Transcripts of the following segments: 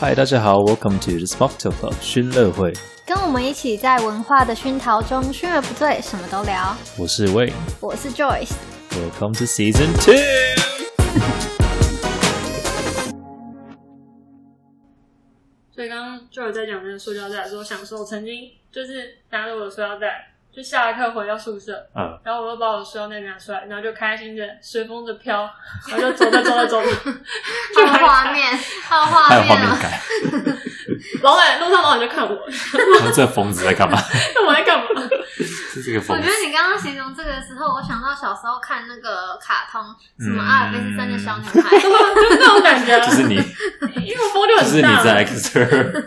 嗨，大家好，Welcome to the Smoke Talk Club 熏乐会，跟我们一起在文化的熏陶中，熏而不醉，什么都聊。我是 Wayne。我是 Joyce， Welcome to Season Two。所以刚刚就有在讲那个塑胶袋的时候，想说我曾经就是拿着我的塑胶袋，就下了课回到宿舍，嗯，然后我又把我的塑胶袋拿出来，然后就开心的随风着飘， 然后就走着走着走着，好就还画 面，好画还有画面面啊！感，老板路上老板就看我，他这疯子在干 嘛？那我在干嘛？是这个我疯觉子得。你刚刚形容这个的时候，我想到小时候看那个卡通，什么嗯阿尔卑斯山的小女 孩，就是那种感觉，啊就是你，因为我风就就是很你大嘛，在 Xer，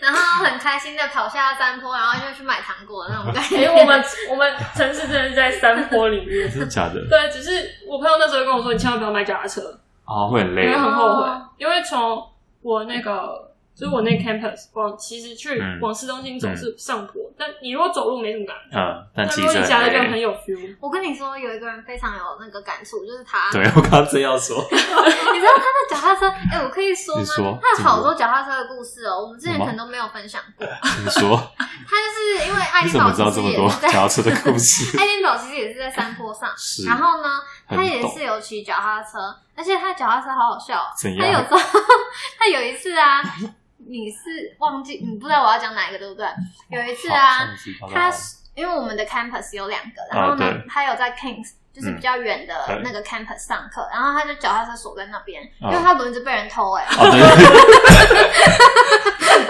然后很开心的跑下山坡，然后就去买糖果那种感因觉。为哎我们我们城市真的是在山坡里面。真的假的？对，只是我朋友那时候跟我说，你千万不要买脚踏车，啊，会很因累为，很后悔哦。因为从我那个就是我那 campus 往其实去嗯往市中心走嗯是上坡，但你如果走路没什么感觉，嗯，但但骑如果车你夹的就很很累。有 feel。我跟你说，有一个人非常有那个感触，就是他，对我刚刚正要 说，你知道他的脚踏车，哎、我可以说吗？你说他有好多脚踏车的故事哦，我们之前什么可能都没有分享过。你说他就是因为爱你丁怎么堡知道其这实么也多 是在脚踏车的故事？爱丁堡其实也是在山坡上， 是 然后呢，很他也陡是有骑脚踏车，而且他脚踏车好好笑哦，怎他有样时候他有一次啊，你是忘记你不知道我要讲哪一个对不对？有一次好啊，上次好像他是因为我们的 campus 有两个，然后呢，啊对他有在 Kings。就是比较远的嗯那个 campus 上课，然后他就脚踏车锁在那边，啊因为他轮子被人偷哎、哦，对，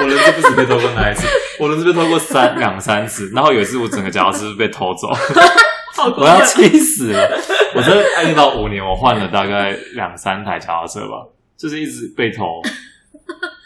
我轮子不止被偷过那一次，我轮子被偷过三两三次，然后有一次我整个脚踏车被偷走，好过我要分！气死了！我真的爱听到五年，我换了大概两三台脚踏车吧，就是一直被偷，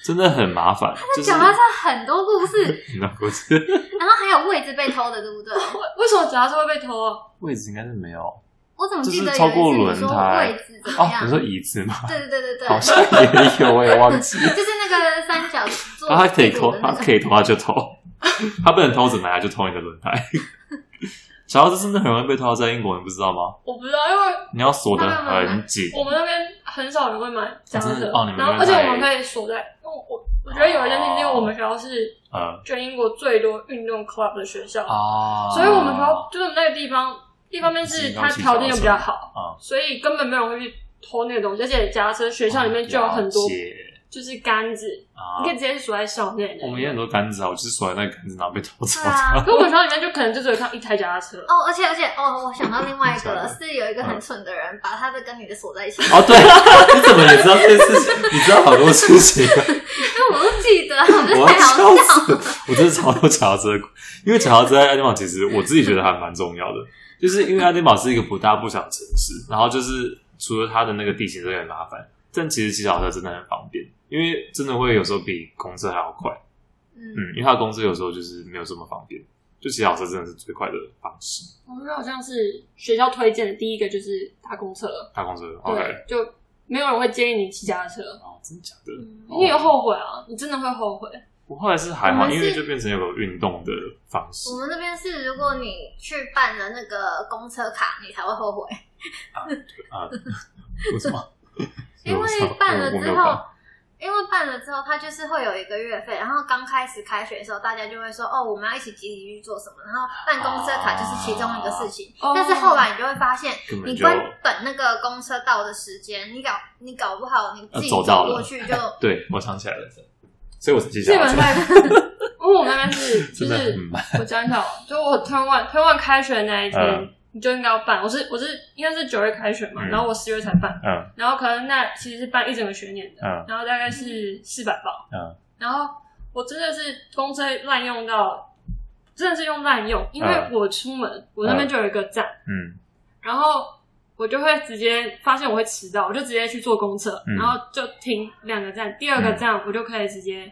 真的很麻烦。就是脚踏车很多故事，你的故事然后还有位置被偷的，对不对？为为什么脚踏车会被偷啊？位置应该是没有哦，我怎么记就得是有超一次过你轮说胎啊位置怎么样？你说椅子吗？对对对对对，好像也有，我也忘记。就是那个三角座啊然后他可以屁股偷的，那他个可以偷，他就偷， 他不能偷只拿来就偷你的轮胎。 小孩子真的很容易被偷，在英国你不知道吗？我不知道，因为你要锁得很紧，我们那边很少人会买脚踏啊真车，的哦你们那边然后而且我们还可以锁在，我我我觉得有一件事情，因为我们学校是呃全英国最多运动 club 的学校，啊所以我们学校就是那个地方，一方面嗯是哦它条件又比较好，啊，所以根本没有人会去偷那个东西，而且夹车学校里面就有很多哦嗯了解就是杆子，啊你可以直接锁在校内的我。们也很多杆子啊，我就是锁在那个杆子，然后被偷走对啊可我们学校里面就可能就只有看一台脚踏车，哦，而且而且哦，我 想到另外一个了，真是有一个很蠢的人把他的跟你的锁在一起，因哦，对， 你怎么也知道这件事情？你知道好多事情啊，为我都记 得，我觉得我太要好笑笑。死了！我真的超多脚踏车，因为脚踏车在爱丁堡其实我自己觉得还蛮重要的，就是因为爱丁堡是一个不大不小的城市，然后就是除了它的那个地形真的很麻烦，但其实骑脚踏车真的很方便，因为真的会有时候比公车还要快。嗯，嗯，因为它的公车有时候就是没有这么方便，就骑脚踏车真的是最快的方式。我们好像是学校推荐的第一个就是搭公车，搭公车，OK，对，就没有人会建议你骑脚踏车，哦，真的假的？你也后悔啊，你真的会后悔。我后来是还好，我们因是为就变成有个运动的方式我。们那边是，如果你去办了那个公车卡，你才会后悔，为什么？ 因 为我办了我没之有后办。因为办了之后，它就是会有一个月费，然后刚开始开学的时候，大家就会说哦，我们要一起集体去做什么，然后办公车卡就是其中一个事情。哦但是后来你就会发现根，本你就关本那个公车到的时间，你搞你搞不好你自己呃走到了过去就 对，我想起来了，所以我才记基下本来。上， 因为我那边是真就的很是慢，我讲一下哦，就我推万推万开学那一天，嗯你就应该要办。我是我是应该是九月开学嘛，嗯然后我十月才办，嗯然后可能那其实是办一整个学年的，嗯然后大概是四百报，嗯，然后我真的是公车滥用到，真的是用滥用，因为嗯我出门我那边就有一个站，嗯，然后我就会直接发现我会迟到，我就直接去坐公车，嗯然后就停两个站，第二个站我就可以直接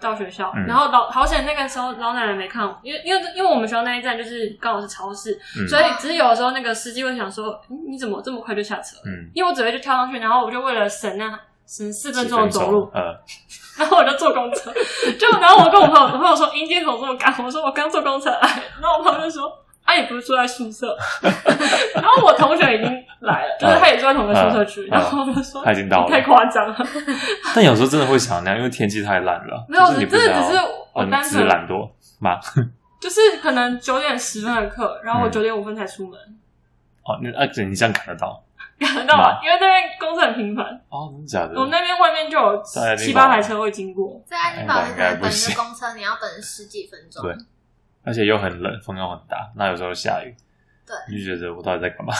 到学校。嗯然后老好险那个时候老奶奶没看我，因为因为因为我们学校那一站就是刚好是超市，嗯所以只是有的时候那个司机会想说，嗯你怎么这么快就下车？嗯，因为我只会就跳上去，然后我就为了省那省四分钟的走路，呃， 然后我就坐公车，就然后我跟我朋友，我朋友说，英姐怎么这么赶？我说我刚坐公车来，然后我朋友就说，他也不是住在宿舍， 然后我同学已经来了，就是他也住在同一个宿舍区，嗯然后我就说他已经到了太夸张了，但有时候真的会想那样，因为天气太烂了。没有，就是你真不知道的只是我哦，你单只是纯懒惰嘛？就是可能九点十分的课，然后我嗯九点五分才出门，哦，那啊，你这样看得到？感觉到哇吗？因为那边公司很频繁，哦，真的假的？我们那边外面就有在那边七八台车会经过，在安宁堡可能哎应该不等行着公车，你要等十几分钟。对而且又很冷，风又很大，那有时候下雨，对你就觉得我到底在干嘛？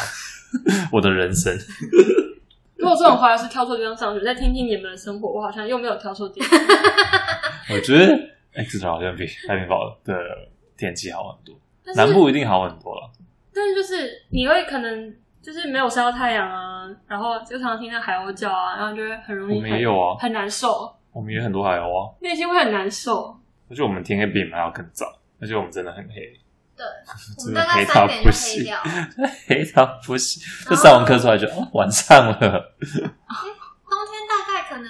我的人生，如果这种话是挑错地方上学，再听听你们的生活，我好像又没有挑错地 方。我觉得 X 岛好像比爱丁堡的天气好很多，但是南部一定好很多了。但是就是你会可能就是没有晒到太阳啊，然后就常常听到海鸥叫啊，然后就会很容易我们很也有啊很难受，我们也有很多海鸥啊，内心会很难受。而且我们天黑比你们还要更早，而且我们真的很黑，对，我真们的大概黑三到点不就黑行，掉了。 黑到不行。就上完课出来就哦，晚上了，冬天大概可能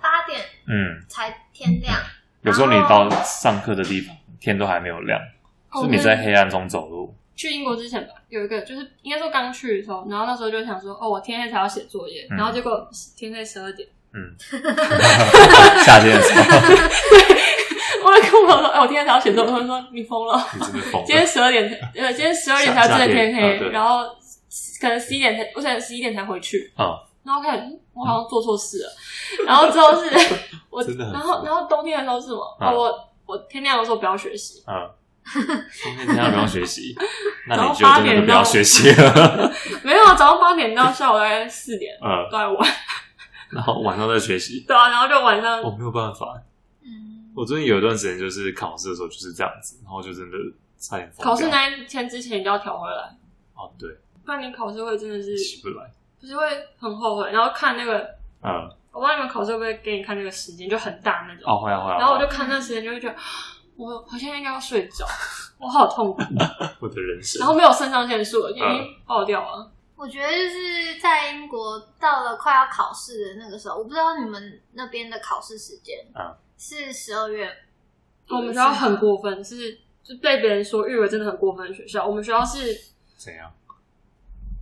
八点哦嗯，才天亮，有时候你到上课的地方，天都还没有亮，哦是你在黑暗中走路。去英国之前吧，有一个就是应该说刚去的时候，然后那时候就想说，哦，我天黑才要写作业，嗯然后结果天黑十二点，嗯， 夏天的时候，我就跟我说，哎、我天黑才要写作业，我说你疯了，你真的疯今天了。十二点， 呃，今天十二点才真的天夏夏天啊黑，对然后可能十一点才，我想十一点才回去，嗯，然后看嗯我好像做错事了，然后之后是 我，真的很然后烦然后冬天的时候是什么？嗯哦我我天亮的时候不要学习，嗯，今天要不用学 习，那然你后就真的就不要学习了。没有，啊早上八点到下午大概四点 嗯，都在玩， 然后晚上再学习，哦对啊，然后就晚上我没有办法。嗯，我最近有一段时间就是考试的时候就是这样子，然后就真的差点疯掉考试那一天之前一定要调回来，哦，对，不然你考试会真的是起不来。就是会很后悔，然后看那个，嗯，我不知道你们考试会不会给你看那个时间，就很大那种，哦，会啊会啊。然后我就看那时间，就会觉得我好像应该要睡着，我好痛苦。我的人生，然后没有肾上腺素了，就已嗯经爆掉了。我觉得就是在英国到了快要考试的那个时候，我不知道你们那边的考试时间嗯是十二月，我们学校很过分，是就被别人说誉为真的很过分的学校。我们学校是怎样？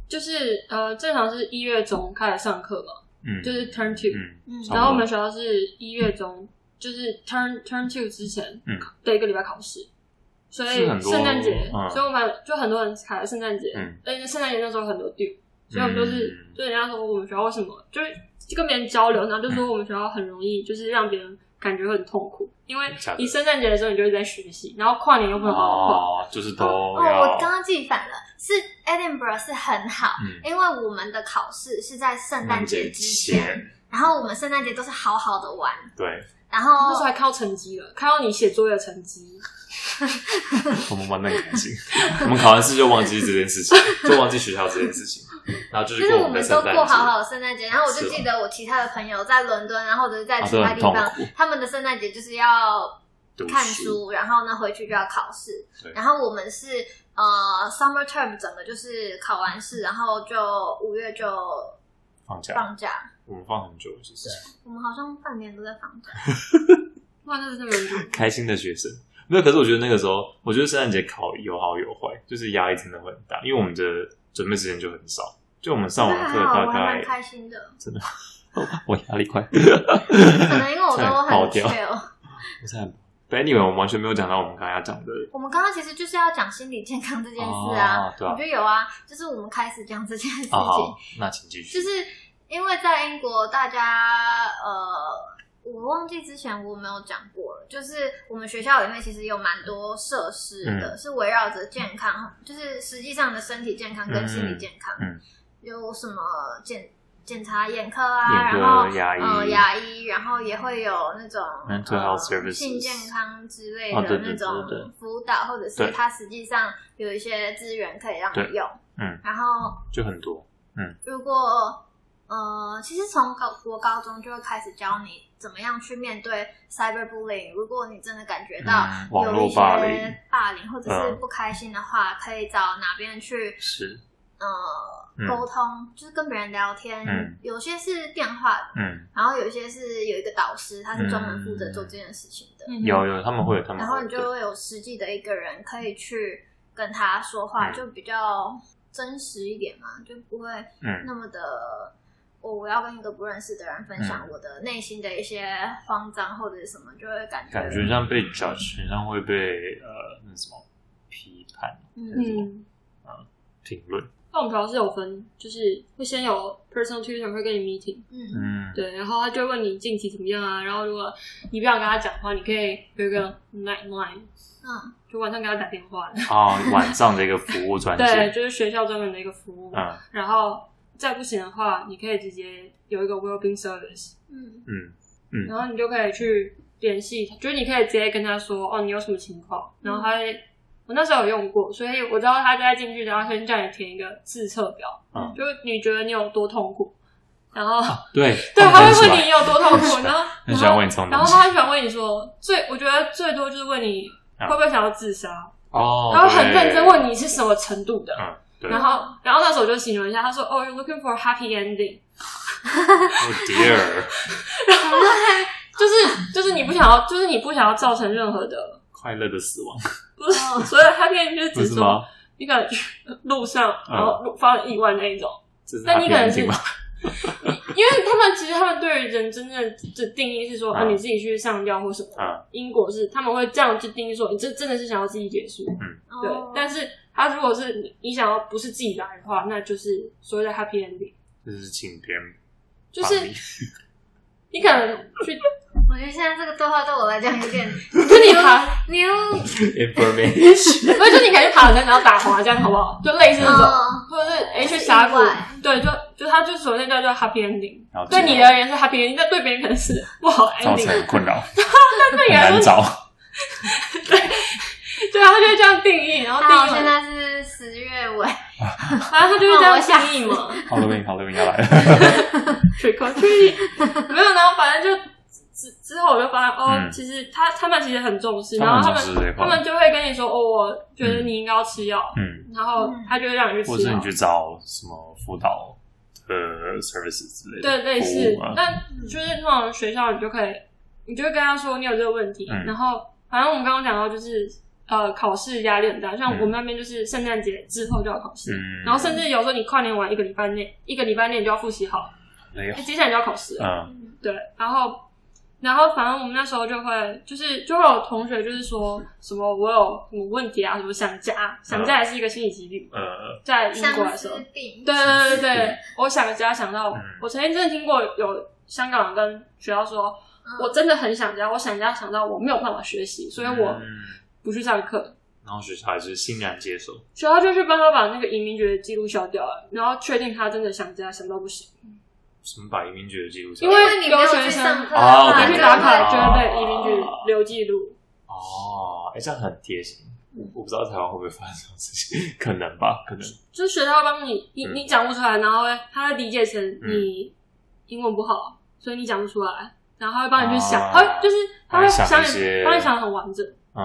就是呃，正常是一月中开始上课嘛，嗯，就是 turn two，、嗯，嗯，差不多然后我们学校是一月中，就是 turn turn two 之前嗯的一个礼拜考试。所以是很多圣诞节，嗯所以我们就很多人卡在圣诞节，嗯而且圣诞节那时候很多 due，所以我们就是、嗯就人家说我们学校为什么就是就跟别人交流，然后就嗯说我们学校很容易就是让别人感觉很痛苦，因为假的你圣诞节的时候你就一直在学习，然后跨年又不能好好跨，哦，就是都哦，要我刚刚记反了，是 Edinburgh 是很好，嗯因为我们的考试是在圣诞节之前，前，然后我们圣诞节都是好好的玩，对，然那时候后还看到成绩了，看到你写作业的成绩，我们玩的很开心。 我们考完试就忘记这件 事情，就忘记学校这件事情，然后就就是是过我我们的们圣都诞过好好节，的圣诞节，然后我就记得我其他的朋友在伦敦，然后或者是在啊其都他很地痛方，苦，他们的圣诞节就是要读看，书，然后呢回去就要考试对，然后我们是呃 summer term 整个就是考完嗯试，然后就五月就放假，放假，我们放很久，其实我们好像半年都在放假，哇，那真的 蛮痛苦开心的学生。没有，可是我觉得那个时候，我觉得圣诞节考有好有坏，就是压力真的会很大，因为我们的准备时间就很少，就我们上可完是课还好，大我还蛮概开心的。我压力快，可能因为我都差点爆很掉 chill。我差点。但 anyway，我们完全没有讲到我们刚才要讲的我们刚刚其实就是要讲心理健康这件事啊哦，对啊我觉得有啊，就是我们开始讲这件事情，啊，好，那请继续就。是因为在英国，大家呃，我忘记之前我没有讲过了，就是我们学校里面其实有蛮多设施的，嗯是围绕着健康，就是实际上的身体健康跟心理健康，嗯嗯有什么检检查眼科啊，眼科然后牙医呃牙医，然后也会有那种 Mental health 嗯呃、services 性健康之类哦对对的那对对种辅导，或者对是它实际上有一些资源可以让对你用，嗯，然后。就很多，如果呃，其实从高国高中就会开始教你怎么样去面对 cyberbullying。如果你真的感觉到嗯网有络一霸凌些霸凌或者是嗯不开心的话，可以找哪边去是，呃嗯沟通，就是跟别人聊天。嗯有些是电话的，嗯，然后有一些是有一个导师，他是专门负责做这件事情的。嗯有有，他们会有，他们然后会你有，对就会有实际的一个人可以去跟他说话，嗯就比较真实一点嘛，就不会嗯那么的。我我要跟一个不认识的人分享我的内心的一些慌张或者是什么，就会感觉感觉像被 judge，很像会被呃那什么批判嗯嗯，评论。凤头是有分，就是会先有 personal tutor 会跟你 meeting，嗯嗯，对，然后他就会问你近期怎么样啊，然后如果你不想跟他讲话，你可以有一个 night line，嗯就晚上给他打电话，啊，晚上的一个服务专对，线，就是学校专门的一个服务，嗯然后再不行的话，你可以直接有一个 wellbeing service，嗯嗯嗯然后你就可以去联系他，就是你可以直接跟他说哦，你有什么情况，嗯然后他会，我那时候有用过，所以我知道他就在进去，然后先叫你填一个自测表，嗯就是你觉得你有多痛苦，然后、对 对，他他们啊很喜会问欢你有多痛苦，然后很喜欢然后问你这种然后东西他很喜欢问你说最，我觉得最多就是问你啊会不会想要自杀，哦，他会很对认真问你是什么程度的。嗯对然后，然后那时候我就形容一下，他说：“哦、y o u r e looking for a happy ending。” ，Oh dear，就是就是你不想要，就是你不想要造成任何的，快乐的死亡，不是、哦所以他可以就是不指是说吗？啊你可能去路上然后路发生意外那一种，这是但你可能 happy 是 ending 因吗？为他们其实他们对于人真正的定义是说，啊嗯你自己去上吊或什么。嗯英国是他们会这样去定义说，你这真的是想要自己结束，对。哦但是他如果是你你想要不是自己来的话，那就是所谓的 happy ending，这是请别人就是 帮你你可能去 我觉得现在这个对话对我来讲有点就你爬，牛， information，不是就你可能去爬山然后打滑，这样好不好？就类似这种。嗯或者是哎去峡谷意外，对，就就它就首先叫做 happy ending，了解对你而言是 happy ending，但对别人可能是不好的造 ending，成困扰，对很 你来难说，找。对啊，他就会这样定义，然后定好，义哦现完，在是十月尾，反正他就会这样定义嘛， Halloween，Halloween 要来了， trick or treat，没有，然后反正就之之后我就发现哦嗯，其实他他们其实很重视，他然们后他很重视这一们块他们就会跟你说哦，我觉得你应该要吃药，嗯，然后嗯他就会让你去或吃者是药你。去找什么辅导呃 services 之类的，对，类似服务啊。但就是那种学校，你就可以，你就会跟他说你有这个问题。嗯然后，反正我们刚刚讲到就是，呃，考试压力很大，像嗯我们那边就是圣诞节之后就要考试，嗯，然后甚至有时候你跨年完一个礼拜内，一个礼拜内你就要复习好，没有哎，接下来你就要考试了。嗯对，然后。然后，反正我们那时候就会，就是就会有同学就是说什么我有什么问题啊，什么想家，嗯想家也是一个心理疾病，呃在英国相的时候思，病，对对对对对，我想家想到，嗯我曾经真的听过有香港人跟学校说，嗯我真的很想家，我想家想到我没有办法学习，所以我嗯不去上课。然后学校还是欣然接受，学校就去帮他把那个移民局的记录消掉了，然后确定他真的想家想到不行，什么把移民局的记录下因来，为你没有留学去生上课啊哦你嘛对去就打会卡就对会被移民局留记录。哦，哎，这样很贴心。嗯我不知道台湾会不会发生这种事情，可能吧，可能。就是学校帮你，你嗯你讲不出来，然后他会理解成你英文不好，所以你讲不出来，然后他会帮你去想，啊他会就是他会帮想你想一些你，帮你想的很完整，嗯，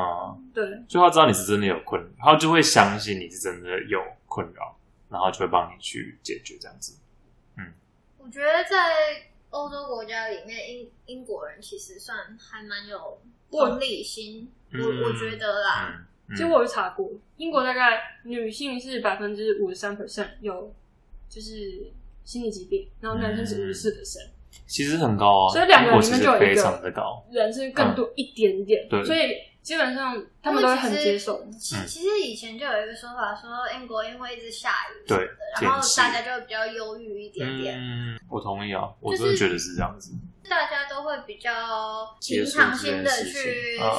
对。就他知道你是真的有困扰，他就会相信你是真的有困扰，然后就会帮你去解决这样子。我觉得在欧洲国家里面，英英国人其实算还蛮有同理心，我嗯我觉得啦，嗯，其实我有查过，英国大概女性是百分之五十三 percent 有就是心理疾病，然后男生嗯是五十四 percent，其实很高啊，所以两个英国里面其实就有一非个常的高。人是更多一点点，嗯对所以基本上他们都会很接受。其其实以前就有一个说法说，英国因为一直下雨，对，然后天气大家就会比较忧郁一点点，嗯，我同意啊，我就是真的觉得是这样子。大家都会比较接平受常心的这件事去情啊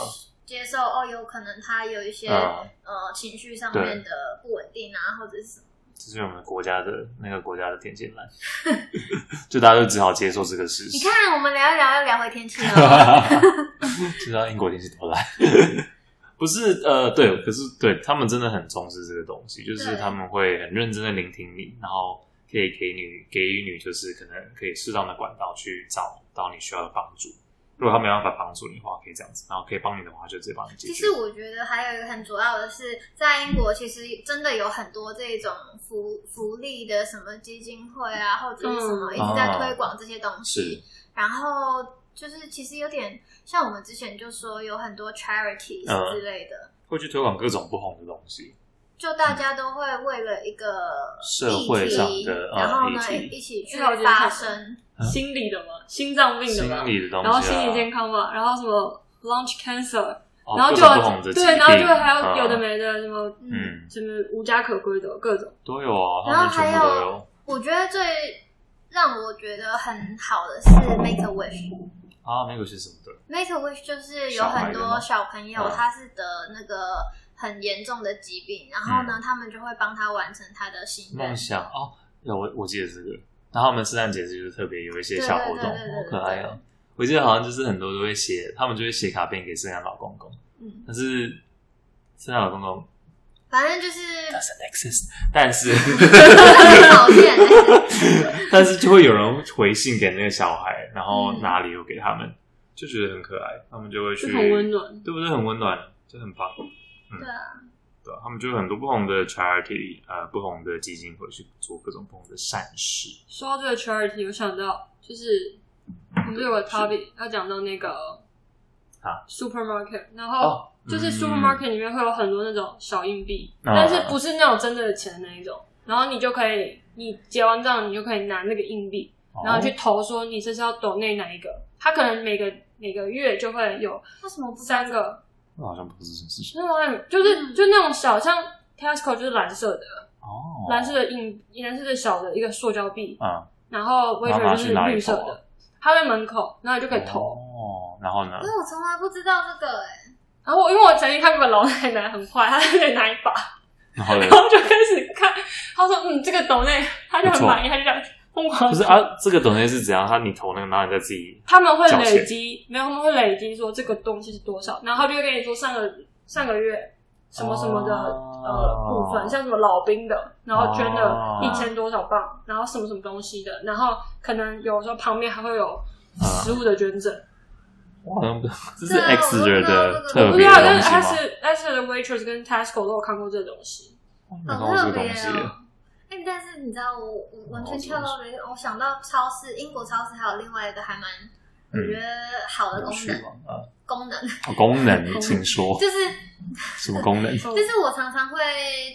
接受，哦，有可能他有一些、嗯，呃情绪上对面的不稳定啊，或者是什么，这是我们国家的那个国家的点线栏， 就大家就只好接受这个事你实。看我们聊一聊又聊回天气了， 知道英国天气多烂，不是呃，对，可是对他们真的很重视这个东西，就是对他们会很认真的聆听你，然后可以给你给予你就是可能可以适当的管道去找到你需要的帮助。如果他没办法帮助你的话，可以这样子，然后可以帮你的话，就直接帮你解其决。实我觉得还有一个很主要的是，在英国其实真的有很多这种福福利的什么基金会啊，或者是什么嗯一直在推广这些东啊是西。然后就是其实有点像我们之前就说有很多 charities 嗯之类的，会去推广各种不同的东西，就大家都会为了一个社会上的议题呃然后呢议题一起去那我觉得发太声，心理的嘛，心脏病的嘛嗯心，理的东西、啊，然后心理健康嘛，然后什么 lunch cancer，哦然后各就种不同的疾对，然后就病会还有啊有的没的什么嗯，嗯什么无家可归的各种，都有啊，然他后们全部都还有有我觉得最让我觉得很好的是 Make a Wish。啊，那个是什么的？ Make a wish 就是有很多小朋友，啊他是得那个很严重的疾病，然后呢，他们就会帮他完成他的心愿嗯梦。想哦，有我我记得这个。然后他们圣诞节就是特别有一些小活动，对对对对好对可爱啊！我记得好像就是很多都会写，他们就会写卡片给圣诞老公公，嗯，但是圣诞老公公反正就是 doesn't exist，但是 很讨厌、但是就会有人回信给那个小孩，然后拿礼物给他们，就觉得很可爱，他们就会去嗯就很温，暖。对不对？很温暖，就很棒，嗯对啊，对吧、他们就有很多不同的 charity，呃，不同的基金会去做各种不同的善事。说到这个 charity，我想到就是我们有个 topic 要讲到那个啊 supermarket，然哦后就是嗯 supermarket 里面会有很多那种小硬币，啊但是不是那种真的钱的那一种，然后你就可以你结完账，你就可以拿那个硬币，哦然后去投说你这是要抖内哪一个，他可能每个每个月就会有为什么不三个，那好像不是这件事情那种就是就那种小像 Tesco 就是蓝色的，哦蓝色的硬蓝色的小的一个塑胶币，嗯，然后我也觉得就是绿色然后拿去哪里投啊的，它在门口，然后你就可以投。哦，然 后呢 因？为我从来不知道这个哎、然后我因为我曾经看过老奶奶很坏，她在那里拿一 把，然后呢然？后就开始看，她说嗯这个抖内，她就很满意，她就这样疯狂不地是投。啊，这个抖音是怎样？他你投那个，然后你再自己他们会缴钱累积，没有他们会累积说这个东西是多少，然后他就会跟你说上个上个月什么什么的、哦呃部分，像什么老兵的，然后捐了哦一千多少磅，然后什么什么东西的，然后可能有时候旁边还会有啊食物的捐赠，我好像不，这是对啊 X 觉得我特不别知的道跟东西 S S 的 waitress 跟 Tesco 都有看过这个东西，吗？没看好过这特个别东西，哦。哎、但是你知道我，我完全跳到了一个，我想到超市，英国超市还有另外一个还蛮我觉得好的嗯有功趣能，吗？啊，功能哦功 能，请说就是什么功能就是我常常会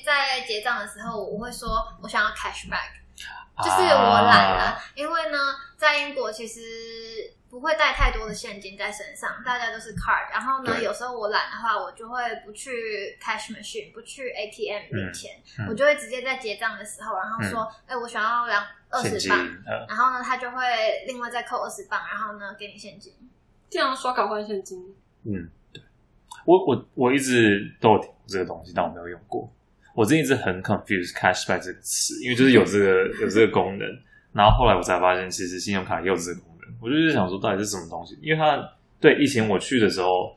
在结账的时候，我会说我想要 cash back，就是我懒了、啊因为呢，在英国其实不会带太多的现金在身上，大家都是 card。然后呢，对有时候我懒的话，我就会不去 cash machine，不去 ATM 领钱，嗯我就会直接在结账的时候，然后说，哎、我想要两二现十金，磅。呃然后呢，他就会另外再扣二十磅，然后呢，给你 现金。经常刷卡换现金，嗯，对，我我我一直都有听过这个东西，但我没有用过。我之前一直很 confused cashback 这个词，因为就是有这个有这个功能，然后后来我才发现，其实信用卡也有这个功能。我就是想说，到底是什么东西？因为它对以前我去的时候，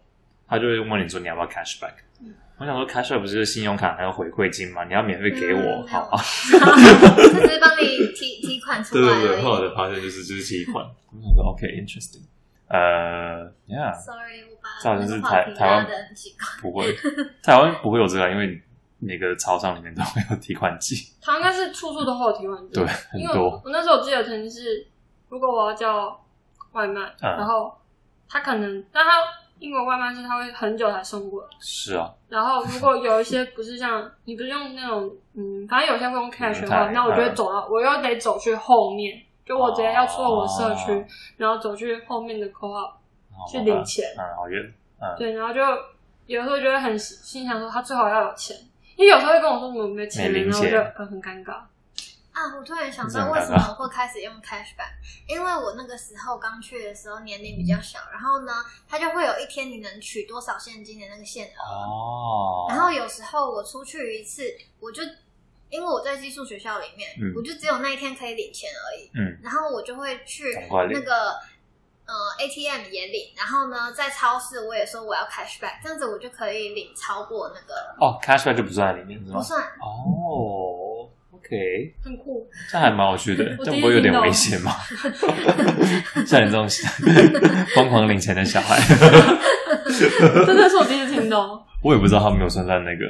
他就会问你说你要不要 cashback。嗯我想说，cashback 不是就是信用卡还有回馈金吗？你要免费给我，嗯好 吧？他只是帮你提提款出来而已。才发现就是就是提款。我想说，OK，interesting，、呃，yeah。 Sorry，我把这好像是那个台话题台湾拉得很奇怪。不 会，台湾不会有这个，因为每个超商里面都会有提款机，它应该是处处都会有提嗯款机，对，很因为我多。我那时候记得曾经是，如果我要叫外卖，嗯然后他可能，但他英国外卖是他会很久才送过来。是啊，然后如果有一些不是像你不是用那种嗯，反正有些会用 cash 的话，嗯那我就会走到，我又得走去后面，就我直接要出了我社区，哦然后走去后面的 co-op 好去领钱。嗯，好远。对，然后就有时候就会很心心想说他最好要有钱，因为有时候会跟我说什么没钱了，没零然后我就钱呃很尴尬。啊，我突然想这很到为什尴尬么会开始用 cashback，因为我那个时候刚去的时候年龄比较小，然后呢，它就会有一天你能取多少现金的那个限额，哦，然后有时候我出去一次，我就因为我在寄宿学校里面，嗯我就只有那一天可以领钱而已，嗯，然后我就会去赶快领那个。呃，ATM 也领，然后呢，在超市我也说我要 cashback，这样子我就可以领超过那个哦，cashback 就不算在里面是吗不？算哦，OK，很酷，，这还蛮有趣的我这第样一不会有点听到危险吗？ 像你这种疯狂领钱的小孩， 真的是我第一次听到。我也不知道他们有算在那个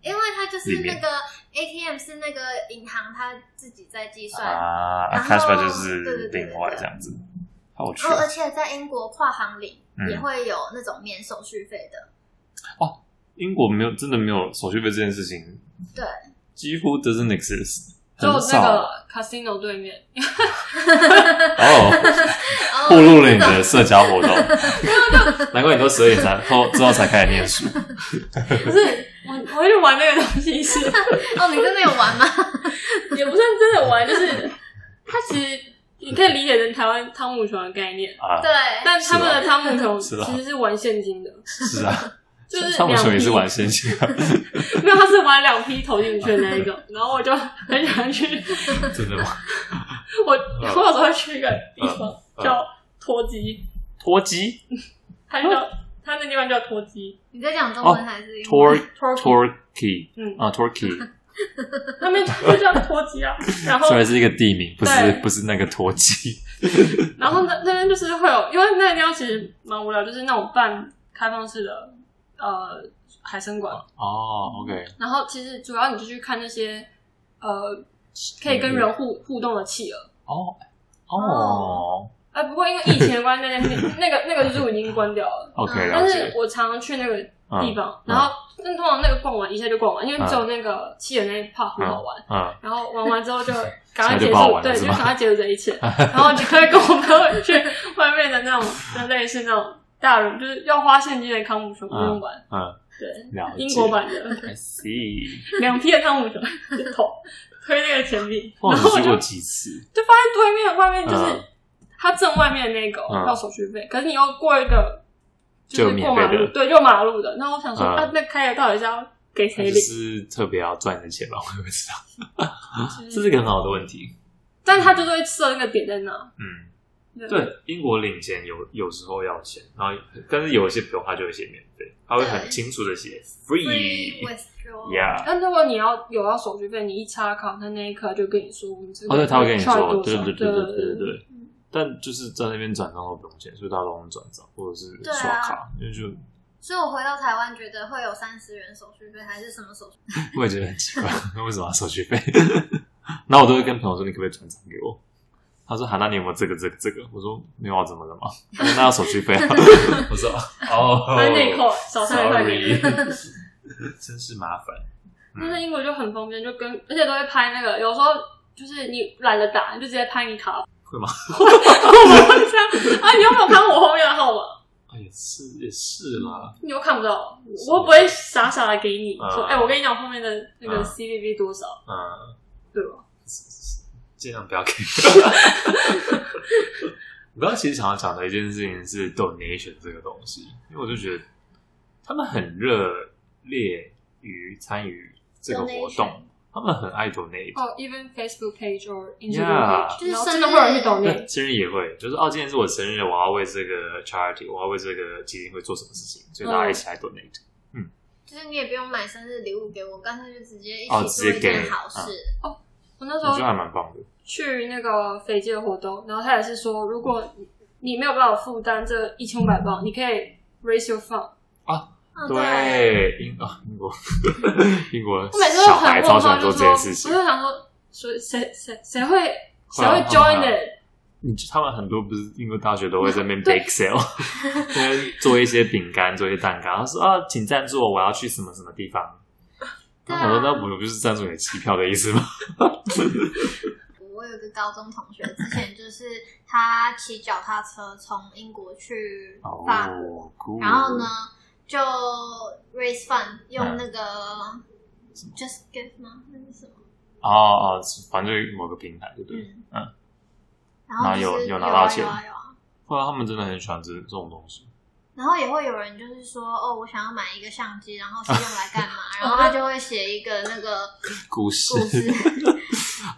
因为它就是里面那个 ATM 是那个银行它自己在计算，啊啊然后，cashback 就对是对对对另外对这样子，好有趣然后哦而且在英国跨行领嗯也会有那种免手续费的，英国没有真的没有手续费这件事情对，几乎 doesn't exist，只有很那少个 casino 对面， 哦，哦暴露了你的社交活动， 难怪你都十二点才后之后才开始念书，不是我，我去玩那个东西是， 哦，你真的有 玩吗？也不算真的玩，就是它 其实你可以理解成台湾汤姆熊的概念，啊，对，但他们的汤姆熊是啦其实是玩现金的，是啊，就是汤姆两熊也是批玩仙境啊，没有，他是玩两批投进去的那一 种，然后我就很想去，真的吗？ 我我有时候会去一个地方嗯叫脱鸡，脱鸡它叫它那地方叫脱鸡，你在讲中哦文还是英文？ ，tor torky，嗯，啊，torky，那边就叫 脱鸡 啊。然后虽然是一个地名，不是对不是那个脱鸡，然后那那边就是会有，因为那个地方其实蛮无聊，就是那种半开放式的呃海参馆。哦，OK，然后其实主要你就去看那些呃可以跟人互互动的企鹅。哦哦哦哎，不过因为疫情的关系，那间那个那个 zoo 已经关掉了。嗯，OK，了但是解，我常常去那个地嗯方，嗯然后但通常那个逛完一下就逛完，因为嗯只有那个七人那一 part 很好玩，嗯，然后玩完之后就 赶现在快就结不好束，玩了对，是就吗赶快结束这 一切，然后就会跟我朋友去外面的那种，那类似那种大人就是要花现金的康姆熊那种玩，嗯对，了解英国版的 I see，两批的康姆熊就投推那个钱币，哇，然你后我去就过几次？就发现对面外面就是嗯它正外面的那个嗯要手续费，可是你要过一个就有是免过马费的路，对，就马路的。那我想说嗯啊，那开的到底是要给他谁就领？是特别要赚你的钱吧？我也不知道，就是嗯这是一个很好的问题。但他就是会设那个点在哪。嗯，对对，英国领钱有有时候要钱，然后但是有一些不用，他就会写免费，他会很清楚的写 Free free。 withdraw， Yeah，但如果你要有要手续费，你一插卡，他那一刻就跟你说，我们这个哦，对，他会跟你 try 说，多对少对对对对对对对嗯。但就是在那边转账都不用钱，所以大家都能转账或者是对啊刷卡，因为就所以我回到台湾，觉得会有三十元手续费还是什么手续费？我也觉得很奇怪， 为什么要手续费？ 然后我都会跟朋友说，你可不可以转账给我？他说：“哈，那你有没有这个、这个、这个？”我说：“没有啊，怎么了嘛？”他说：“那要手续费啊。” 我说：“哦，他那一刻少上一块给 Sorry，你。 真是麻烦。但是英国就很方便，就跟而且都会拍那个，有时候就是你懒得打，你就直接拍你卡。会吗？我们会这样啊？你有没有看我后面的号码？啊，也是也是啦，你又看不到，我又不会傻傻的给你嗯说，哎、我跟你讲后面的那个嗯 CVV 多少，嗯，对吧？尽量不要给。 我刚刚其实想要讲的一件事情是 donation 这个东西，因为我就觉得他们很热烈于参与这个活 Donation 动，他们很爱 donate。哦、e v e n Facebook page or Instagram Yeah page，、就是然后甚真至的会有人去抖对，内，生日也会，就是哦，今天是我生日，我要为这个 charity，我要为这个基金会做什么事情，所以大家一起来 donate。就是你也不用买生日礼物给我，干脆就直接一哦起直接做一给件好事。我那时我觉得还候蛮棒的。去那个斐济的活动，然后他也是说，如果你你没有办法负担这一千五百磅，你可以 raise your fund。哦嗯，对，啊对，英啊英国 英国我每次都小很孩问超喜号，欢就做是这件事情，说，我就想说，谁谁谁谁会谁会会啊 join 会啊 it？你他们很多不是英国大学都会在那边 bake sale，在那 边做一些饼干，做一些蛋糕。他说啊，请赞助我，我要去什么什么地方。对我啊想说，那不就是赞助你的机票的意 思吗？我有个高中同学，之前就是他骑脚踏车从英国去法国，哦，酷然后呢？就 raise fund 用嗯那个 just give 吗？那是什么？哦哦，反正就某个平台，对不对？嗯嗯，然后就然是后有有拿啊到钱有啊有啊后来他们真的很喜欢这这种东西。然后也会有人就是说，哦，我想要买一个相机，然后是用来 干嘛？然后他就会写一个那个故事，故，事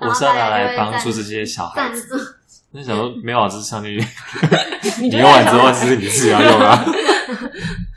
我是要拿来帮助这些小孩赞嗯子。助。那想说没有啊，这是相机，你啊你就用完之后在想是你自己要用啊，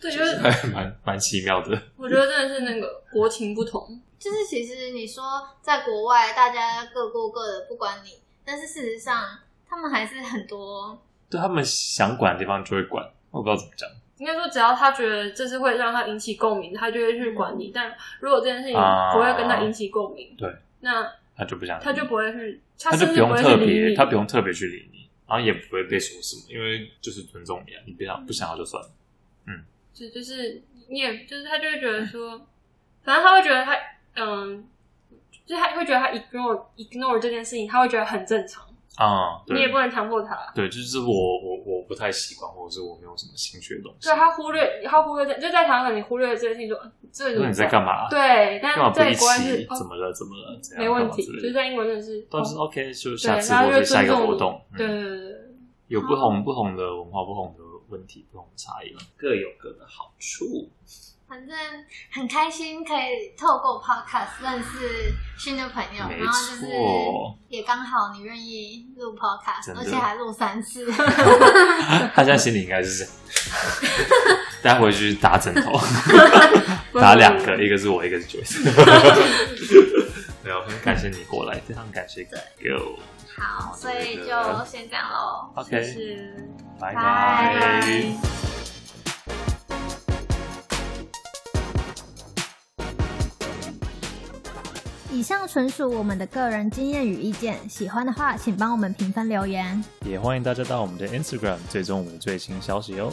对，就是 还蛮蛮奇妙的。我觉得真的是那个国情不同。就是其实你说在国外，大家各过各的，不管你，但是事实上他们还是很多。对他们想管的地方就会管，我不知道怎么讲。应该说，只要他觉得这是会让他引起共鸣，他就会去管你。但如果这件事情啊不会跟他引起共鸣，对，那他就不想理你，他就不会去，他他就甚不至用会去特理别，你。他不用特别去理你，然后也不会被说什么，因为就是尊重你啊，嗯你不想不想要就算了。就就是你也就是他就会觉得说，反正他会觉得他嗯，就是他会觉得他 ignore ignore 这件事情，他会觉得很正常，啊、你也对不能强迫他。对，就是我我我不太习惯，或者是我没有什么兴趣的东西对。啊他忽略，他忽略这就在台湾，可能你忽略这件事情说，嗯这那你在干嘛？，啊对，但干嘛是不在一国外是起？怎哦，么了？怎么了？怎样没问题干嘛，之类就是的在英国真的是，但是哦 OK，就对，下次然后或就会者下尊一个活重动，你，嗯对对对对。对有不同不同的文化、不同的问题、不同的差异，各有各的好 处。反正很开心，可以透过 podcast 认识新的朋友，没然后就是错也刚好你愿意录 podcast，真的而且还录三 次，他现在心里应该是这 样，待回去打枕头，打两个，一个是我，一个是 Joyce。没有，很感谢你过来，非常感谢 Go。好，所以就先这样喽， OK，是拜拜拜。以上纯属我们的个人经验与意见，喜欢的话请帮我们评分留言。也欢迎大家到我们的 Instagram 追踪我们的最新消息哦。